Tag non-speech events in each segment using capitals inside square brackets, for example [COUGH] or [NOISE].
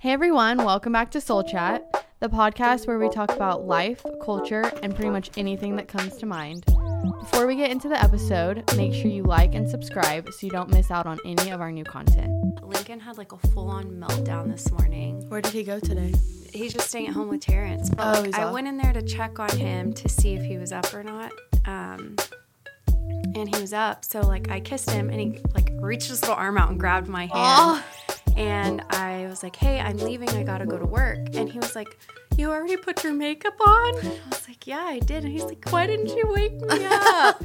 Hey everyone, welcome back to Soul Chat, the podcast where we talk about life, culture, and pretty much anything that comes to mind. Before we get into the episode, make sure you like and subscribe so you don't miss out on any of our new content. Lincoln had like a full on meltdown this morning. Where did he go today? He's just staying at home with Terrence. But Oh, like, he's I off. went in there to check on him to see if he was up or not. Um, and he was up. So like I kissed him and he like reached his little arm out and grabbed my hand. And I was like, hey, I'm leaving. I got to go to work. And he was like, you already put your makeup on? And I was like, yeah, I did. And he's like, why didn't you wake me up?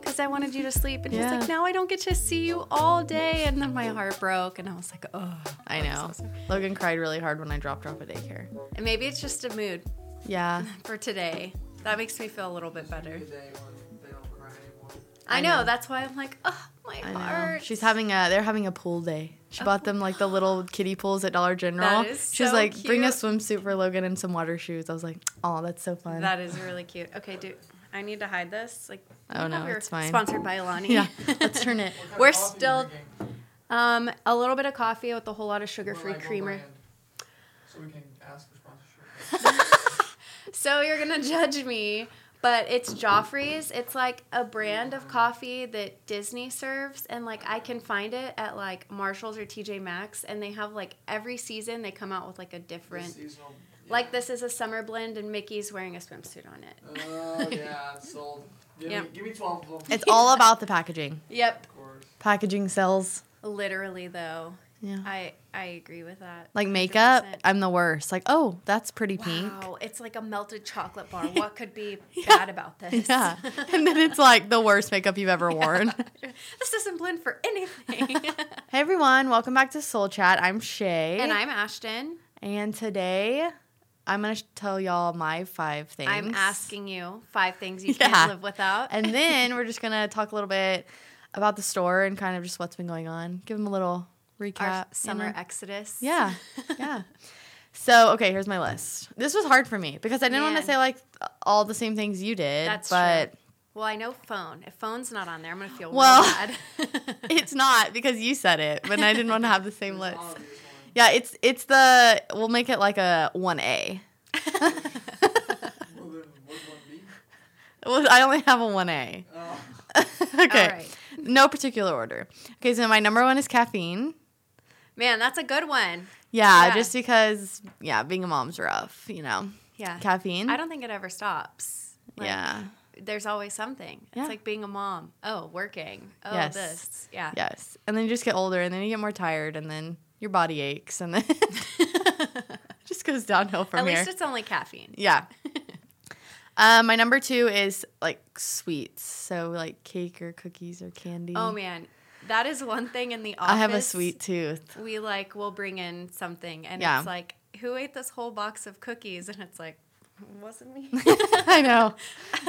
Because I wanted you to sleep. And he's Yeah. like, now I don't get to see you all day. And then my heart broke. And I was like, oh. I know. Logan cried really hard when I dropped off at daycare. And maybe it's just a mood Yeah. for today. That makes me feel a little bit better. day when they don't cry anymore. I know. That's why I'm like, oh, my I know. heart. She's having a they're having a pool day. She bought them like the little kiddie pools at Dollar General. That is She's so like, bring a cute." swimsuit for Logan and some water shoes. I was like, oh, that's so fun. That is really cute. Okay, dude, I need to hide this. Like, Oh, you know no, we're it's fine. Sponsored by [LAUGHS] Alani. [LAUGHS] yeah. Let's turn it. We're still um a little bit of coffee with a whole lot of sugar-free creamer. So we can ask for sponsorship. So you're gonna [LAUGHS] judge me, but it's Joffrey's. It's like a brand of coffee that Disney serves, and like I can find it at like Marshalls or TJ Maxx, and they have like every season they come out with like a different. Seasonal. yeah. Like this is a summer blend, and Mickey's wearing a swimsuit on it. Oh yeah, it's sold. Give, Yeah. me, give me twelve of them. It's all about the packaging. Yep. Of course. Packaging sells. Literally though, Yeah. I I agree with that. Like makeup, 100%. I'm the worst. Like, oh, that's pretty [LAUGHS] pink. Wow, it's like a melted chocolate [LAUGHS] bar. What could be bad about this? Yeah. and then it's like the worst makeup you've ever worn. [LAUGHS] this doesn't blend for anything. [LAUGHS] Hey everyone, welcome back to Soul Chat. I'm Shay. and I'm Ashton. and today I'm gonna sh- tell y'all my five things. I'm asking you five things you Yeah. can't live without. And then we're just gonna talk a little bit about the store and kind of just what's been going on. Give them a little recap. our you summer know? exodus. Yeah. [LAUGHS] Yeah. So okay, here's my list. This was hard for me because I didn't want to Man. say like all the same things you did, That's but [LAUGHS] true. Well, I know phone. If phone's not on there, I'm gonna feel Well, real bad. [LAUGHS] it's not because you said it, but I didn't want to have the [LAUGHS] same list. It's an obvious one. Yeah, it's it's the we'll make it like a one A. Well, then, what would one be? Well, I only have a one A. [LAUGHS] Oh, okay, All right. no particular order. Okay, so my number one is caffeine. [LAUGHS] Man, that's a good one. Yeah, Yeah. just because yeah, being a mom's rough, you know. Yeah. Caffeine. I don't think it ever stops. Like, Mm-hmm. yeah. There's always something. Yeah. It's like being a mom. Oh, working. Oh, Yes. this. Yeah. Yes, and then you just get older, and then you get more tired, and then your body aches, and then [LAUGHS] it just goes downhill from At here. Mm-hmm. least it's only caffeine. Yeah. [LAUGHS] um, my number two is like sweets, so like cake or cookies or candy. Oh man, that is one thing in the office. I have a sweet [LAUGHS] tooth. [LAUGHS] We like will bring in something, and Yeah. it's like, who ate this whole box of cookies? And it's like, [LAUGHS] wasn't me. I know.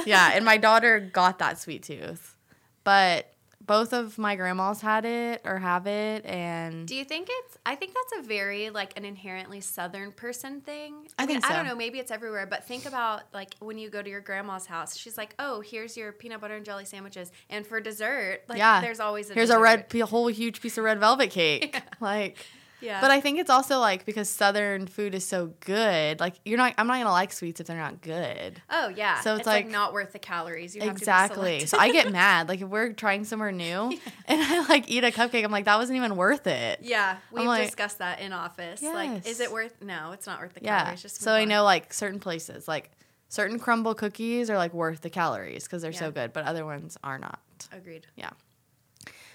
Yeah, and my daughter got that sweet tooth, but both of my grandmas had it or have it, and Do you think it's? I think that's a very like an inherently Southern person thing. I think I so. don't know. Maybe it's everywhere, but think about like when you go to your grandma's house. She's like, oh, here's your peanut butter and jelly sandwiches, and for dessert, like, Yeah. there's always a here's a dessert. red, a whole huge piece of red velvet [LAUGHS] cake, like. Yeah, But I think it's also like because southern food is so good, like you're not I'm not going to like sweets if they're not good. oh yeah, so it's it's, like, like- not worth the calories. You Exactly. Have to be So I get mad like if we're trying somewhere new and I like eat a cupcake, I'm like that wasn't even worth it. [LAUGHS] Yeah, we've like- discussed that in office. Like, is Yes. it worth? No, it's not worth the Yeah. calories. Just so move I on. know like certain places, like certain crumble cookies are like worth the calories cuz they're so Yeah. good, but other ones are not. Agreed.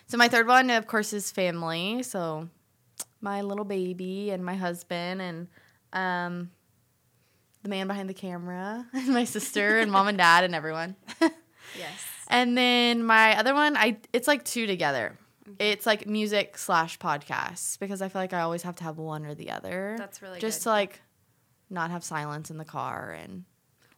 So my third one of course is family. So my little baby and my husband and um the man behind the camera [LAUGHS] and my sister and mom and dad and everyone. [LAUGHS] Yes. And then my other one, I it's like two together. It's like music slash podcasts because I feel like I always have to have one or the other. That's really just good. to like not have silence in the car and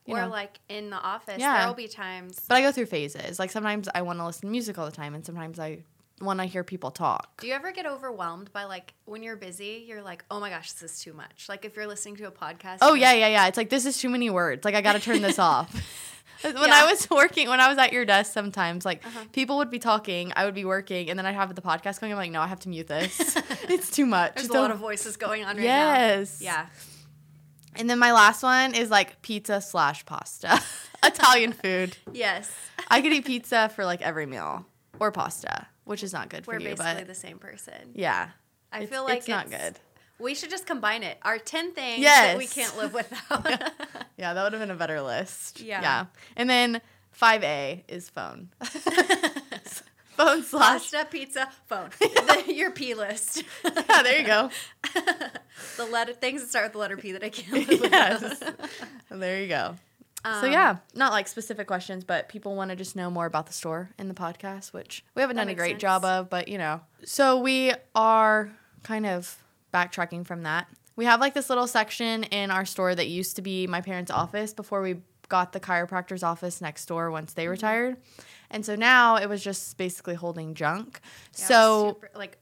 you or know. like in the office, Yeah. there will be times. but I go through phases. Like sometimes I want to listen to music all the time, and sometimes I when I hear people talk. Do you ever get overwhelmed by like when you're busy, you're like, oh my gosh, this is too much? Like if you're listening to a podcast. Oh you're yeah, like- yeah, yeah. It's like this is too many words. Like I got to turn this [LAUGHS] off. [LAUGHS] when Yeah. I was working, when I was at your desk, sometimes like Uh-huh. people would be talking, I would be working, and then I'd have the podcast going. I'm like, no, I have to mute [LAUGHS] this. [LAUGHS] it's too much. There's Just a lot don't- of voices going on right yes. now. Yeah. And then my last one is like pizza slash [LAUGHS] pasta, Italian food. Yes. I could eat pizza for like every meal or pasta, which is not good for We're you, basically but the same person. yeah, I It's- feel like it's not good. We should just combine it. Our 10 things that we Yes. can't [LAUGHS] live without. Yeah, that would have been a better list. Yeah. yeah. And then five A is [LAUGHS] phone, [LAUGHS] phone slash. [LAUGHS] Pasta, pizza, [LAUGHS] phone. The- [LAUGHS] your P list. Yeah, [LAUGHS] there you go. [LAUGHS] the letter things that start with the letter P that I can't live [LAUGHS] yes. without. There you go. so Um, yeah, not like specific questions, but people want to just know more about the store in the podcast, which we haven't That done a makes great sense. job of, but you know. So we are kind of backtracking from that. We have like this little section in our store that used to be my parents' office before we got the chiropractor's office next door once Mm-hmm. they retired. And so now it was just basically holding junk. Yeah, it was so super, like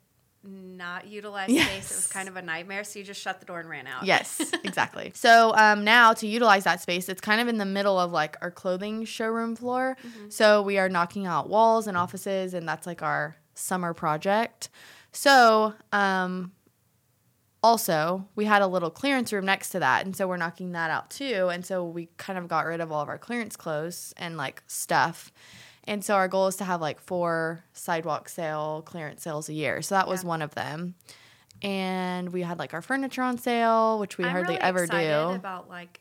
[LAUGHS] not utilized space. It was Yes. kind of a nightmare. So you just shut the door and ran out. Yes, exactly. so um, now to utilize that space, it's kind of in the middle of like our clothing showroom floor. So we are knocking out walls and offices, and that's like our summer project. So um, also, we had a little clearance room next to that, and so we're knocking that out too. And so we kind of got rid of all of our clearance clothes and like stuff. And so our goal is to have like four sidewalk sale clearance sales a year. So that was Yeah. one of them. And we had like our furniture on sale, which we I'm hardly really ever do. excited about like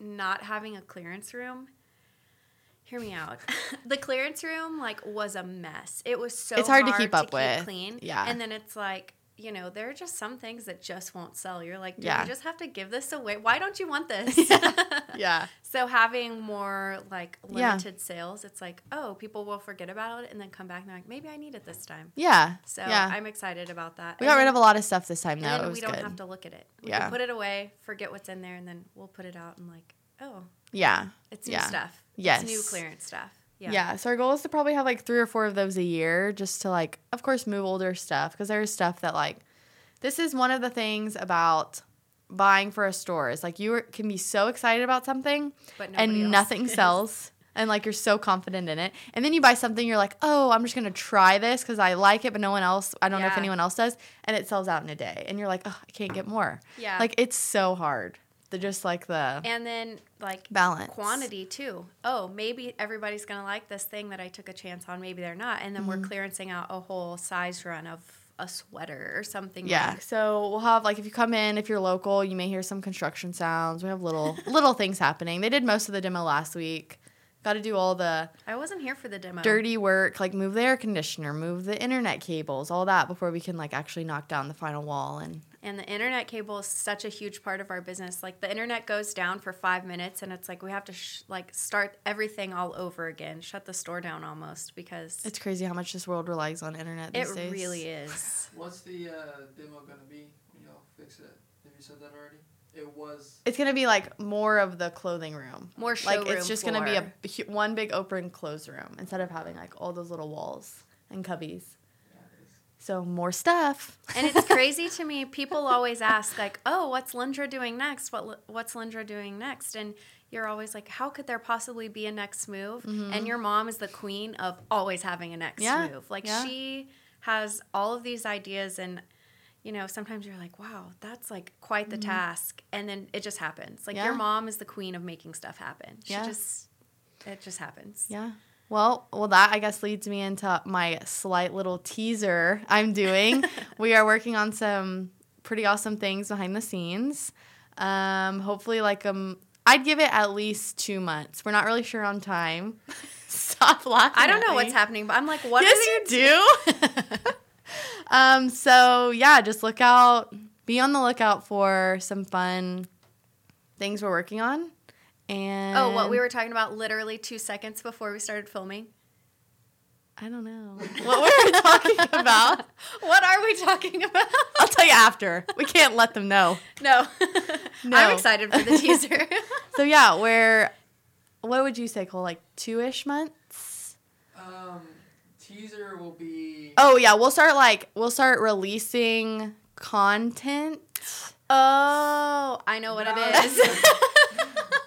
not having a clearance room. Hear me out. [LAUGHS] the clearance room like was a mess. It was so It's hard to keep up with. clean. Yeah. and then it's like. You know, there are just some things that just won't sell. You're like, yeah. Yeah. you just have to give this away. Why don't you want this? [LAUGHS] yeah. [LAUGHS] So having more like Yeah. limited sales, it's like, oh, people will forget about it and then come back and they're like, maybe I need it this time. Yeah. So yeah. I'm excited about that. we And got rid then- of a lot of stuff this time and though. then It we was don't good. have to look at it. We Yeah. can put it away, forget what's in there, and then we'll put it out and like, oh, yeah. it's new Yeah. stuff. Yes. It's new clearance stuff. Yeah. Yeah. So our goal is to probably have like three or four of those a year just to like, of course, move older stuff because there's stuff that like, this is one of the things about buying for a store is like you are, can be so excited about something But and nobody else nothing is. sells. And like you're so confident in it. And then you buy something, you're like, oh, I'm just gonna try this because I like it, but no one else, I don't know if Yeah. anyone else does. And it sells out in a day. And you're like, oh, I can't get more. Yeah. Like it's so hard. The just like the And then like balance. quantity too. Oh, maybe everybody's gonna like this thing that I took a chance on. Maybe they're not. And then Mm-hmm. we're clearancing out a whole size run of a sweater or something. Yeah. like- So we'll have like if you come in, if you're local, you may hear some construction sounds. We have [LAUGHS] little little things happening. They did most of the demo last week. Got to do all the I wasn't here for the demo. dirty work, like move the air conditioner, move the internet cables, all that before we can like actually knock down the final wall and And the internet cable is such a huge part of our business. Like the internet goes down for five minutes, and it's like we have to sh- like start everything all over again, shut the store down almost because it's crazy how much this world relies on internet it these days. really is. [SIGHS] [LAUGHS] What's the uh, demo gonna be when y'all fix it? Have you said that already? It was. It's gonna be like more of the clothing room. More Like showroom. it's just gonna be a [LAUGHS] floor. hu- one big open clothes room instead of having like all those little walls and cubbies. So more stuff. [LAUGHS] and it's crazy to me. People always ask like, "Oh, what's Lindra doing next? What Li- what's Lindra doing next?" And you're always like, "How could there possibly be a next move?" Mm-hmm. And your mom is the queen of always having a next Yeah, move. Like yeah. she has all of these ideas and you know, sometimes you're like, "Wow, that's like quite the task." And then it just happens. Like Mm-hmm. Yeah. your mom is the queen of making stuff happen. She Yeah. just it just happens. Yeah. Well, well, that I guess leads me into my slight little teaser I'm [LAUGHS] doing. we are working on some pretty awesome things behind the scenes. Um, hopefully, like um, I'd give it at least two months. We're not really sure on time. [LAUGHS] Stop laughing. I don't at know what's me. happening, but I'm like, "What are you yes, you [LAUGHS] do. [LAUGHS] um, so yeah, just look out. Be on the lookout for some fun things we're working on. And Oh, what we were talking about literally two seconds before we started filming. I don't know [LAUGHS] what we were [LAUGHS] talking about. What are we talking about? [LAUGHS] I'll tell you after. We can't let them know. No. [LAUGHS] No. I'm excited for the [LAUGHS] teaser. So yeah, we're what would you say, Cole? Like two ish months? Um, teaser will be. Oh yeah, we'll start like we'll start releasing content Oh, I know what it is.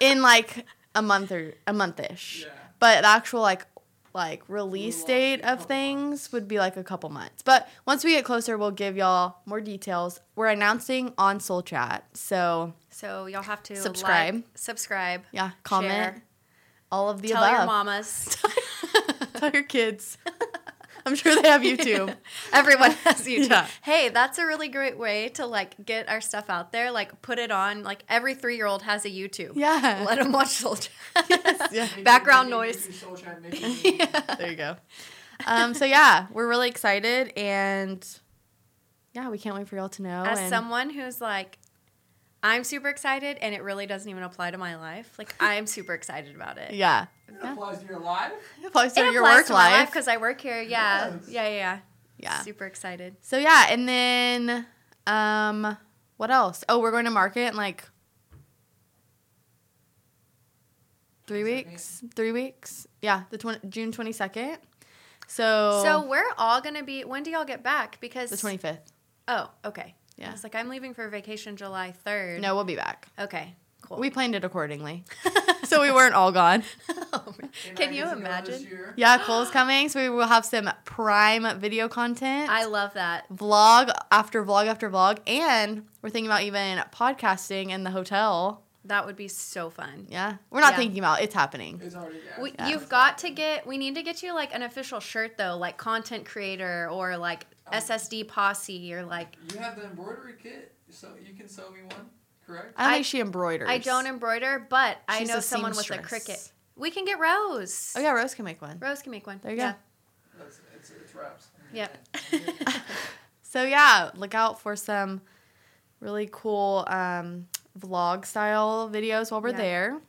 [LAUGHS] in like a month or a monthish. Yeah. [LAUGHS] But the actual like like release Ooh, date a of couple things months. would be like a couple months. But once we get closer, we'll give y'all more details. We're announcing on Soul Chat, so so y'all have to Subscribe. like, subscribe, yeah, comment Share. all of the tell above. [LAUGHS] your mamas. tell your kids. [LAUGHS] I'm sure they have YouTube. [LAUGHS] Everyone [LAUGHS] has YouTube. Yeah. Hey, that's a really great way to like get our stuff out there. Like put it on. Like every three year old has a YouTube. [LAUGHS] Yeah. [LAUGHS] Let them watch Soldier. [LAUGHS] yeah. Make it- Background make it noise. Ricky [LAUGHS] Soul Shine, make it- There you go. Um, so yeah, we're really excited and yeah, we can't wait for y'all to know. As Oh, and someone who's like, I'm super excited, and it really doesn't even apply to my life. [LAUGHS] Like I'm super excited about it. yeah, It applies to your life. it applies to it your applies work to my life. because I work here. Yeah. Yes. yeah, yeah, yeah, yeah. Super excited. So yeah, and then um, what else? Oh, we're going to market in like three 22nd. weeks. Three weeks. Yeah, the 20, June twenty second. So So we're all gonna be. When do y'all get back? Because the twenty fifth. Oh, okay. Yeah. I was like, I'm leaving for vacation July third. No, we'll be back. Okay. Cool. We planned it accordingly, [LAUGHS] so [LAUGHS] we weren't all gone. And I Oh, Can get you to go This imagine? year. Yeah, Cole's coming, so we will have some prime video content. I love that. vlog after vlog after vlog, and we're thinking about even podcasting in the hotel. That would be so fun. Yeah, we're not Yeah. thinking about it, it's happening. It's already. Yeah. We, Yeah. You've got to get. We need to get you like an official shirt though, like content creator or like SSD posse or like. You have the embroidery kit, so you can sew me one, correct? I don't I- think she embroiders. I don't embroider, but I She's know a someone with a seamstress. cricket. We can get Rose. Oh yeah, Rose can make one. Rose can make one. There you yeah. go. That's it's it's wraps. Yep. [LAUGHS] So yeah, look out for some really cool um, vlog style videos while we're Yeah. there.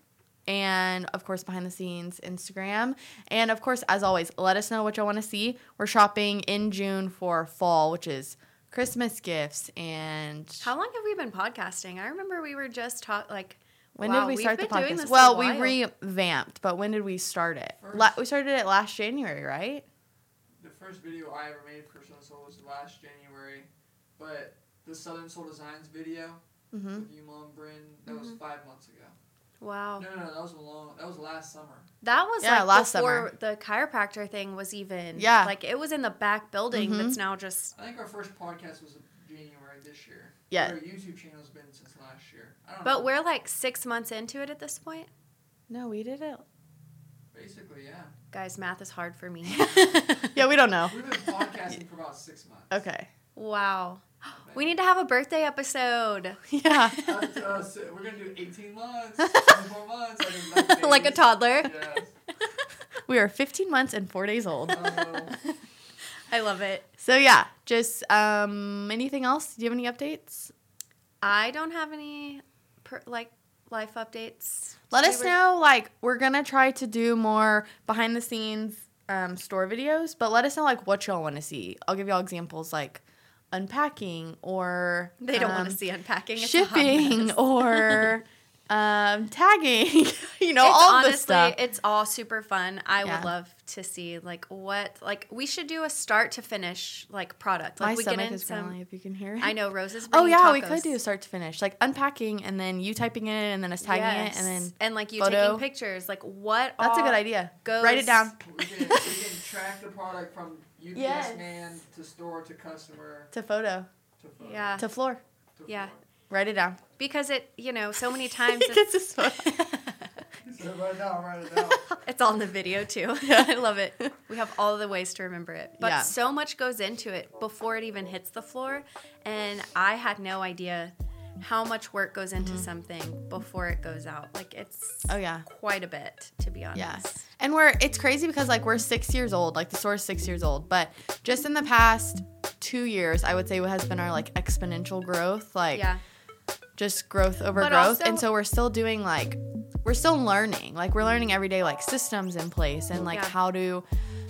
And of course, behind the scenes Instagram. And of course, as always, let us know what y'all want to see. We're shopping in June for fall, which is Christmas gifts. And How long have we been podcasting? I remember we were just talk like. when wow, did we we've start the been doing podcast? this a Well, while. we revamped, but when did we start it? La- First. we started it last January, right? The first video I ever made for Southern Soul was last January, but the Southern Soul Designs video Hmm? Mm-hmm. with you, Mom, Bryn, that was Mm-hmm. five months ago. Wow. No, no, no, that was a long. That was last summer. That was Yeah, like last before the chiropractor thing was even. Yeah. Like it was in the back building Mhm. that's now just. I think our first podcast was January this year. Yeah. Our YouTube channel's been since last year. I don't know. But we're like six months into it at this point. No, we did it. basically, yeah. Guys, math is hard [LAUGHS] for me. [LAUGHS] Yeah, we don't Oh. know. We've been podcasting for about six months. Okay. [LAUGHS] wow. I think. We need to have a birthday episode. Yeah. Up to us, uh, we're gonna do 18 months, 24 months, like, [LAUGHS] like [LAUGHS] like a babies. toddler. Yes. We are 15 months and four days old. Oh. [LAUGHS] I love it. So yeah, just um, anything else? Do you have any updates? I don't have any per, like life updates. Let We us were- know. Like we're gonna try to do more behind the scenes um, store videos, but let us know like what y'all want to see. I'll give y'all examples like unpacking or They don't um, want to see unpacking. It's a hot shipping [LAUGHS] mess. or [LAUGHS] um, tagging. [LAUGHS] you know It's all honestly, this stuff. It's all super fun. I Yeah. would love to see like what like we should do a start to finish like product. Like My we stomach get in is some. growling if you can hear it. I know roses. Oh yeah, we could do start to finish, like unpacking and then you typing it and then us tagging it and then and like you photo. taking pictures. Like what? that's a all good idea. Goes, Write it down we, can, we can track the product from UPS Yes. man to store to customer to photo to phone. Yeah, to floor. To yeah. Write it down. because it you know so many [LAUGHS] times He it's, gets his [LAUGHS] photo. [LAUGHS] phone. So right now, right now. it's on the video [LAUGHS] too. [LAUGHS] I love it. We have all the ways to remember it, but Yeah. so much goes into it before it even hits the floor, and I had no idea how much work goes into something before it goes out. Like it's oh yeah, quite a bit to be honest. yeah. And we're it's crazy because like we're six years old, like the store's six years old, but just in the past two years, I would say has been our like exponential growth, like Yeah. just growth over But growth. also- and so we're still doing like we're still learning. Like we're learning every day like systems in place and like Yeah. how to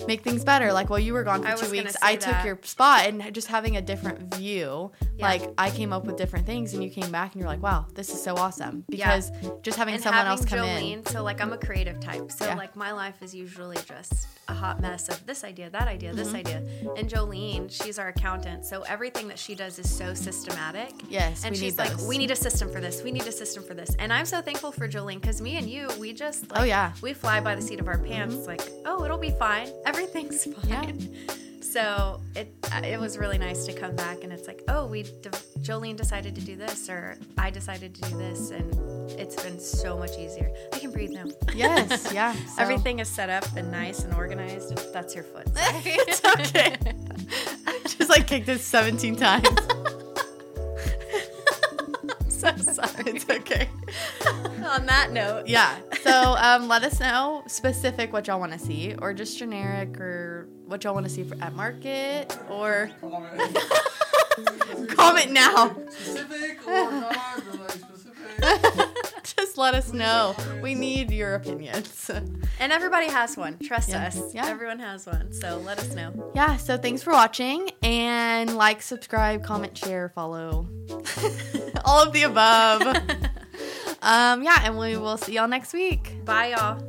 make things better. Like while you were gone for I was two gonna weeks, say I took that. your spot and just having a different view. Yeah. Like I came up with different things, and you came back and you're like, wow, this is so awesome. Yeah. Because just having and someone having else come Jolene, in, so like I'm a creative type. So Yeah. like my life is usually just a hot mess of this idea, that idea, this Mm-hmm. idea. And Jolene, she's our accountant. So everything that she does is so systematic. Yes, And we she's need like, those. we need a system for this. We need a system for this. And I'm so thankful for Jolene because me and you, we just like, Oh, yeah. we fly by the seat of our pants. Like, oh, it'll be fine. Everything's [LAUGHS] fine. So it uh, it was really nice to come back and it's like, oh, we de- Jolene decided to do this or I decided to do this and it's been so much easier. I can breathe [LAUGHS] now. [LAUGHS] yes, yeah, so- [LAUGHS] Everything is set up and nice and organized. That's your foot. Sorry. [LAUGHS] it's okay. [LAUGHS] Just like kicked it 17 times. [LAUGHS] I'm so sorry. it's okay. On that note, Yeah. [LAUGHS] So um, let us know specific what y'all want to see, or just generic, or what y'all want to see for, at market, or [LAUGHS] Comment. comment now. [LAUGHS] specific or not, but like specific. just let us know. We need your opinions. [LAUGHS] and everybody has one. Trust Yeah. us. Yeah. Everyone has one. So let us know. Yeah. So thanks for watching, and like, subscribe, comment, share, follow, [LAUGHS] all of the above. um, yeah, and we will see y'all next week. Bye, y'all.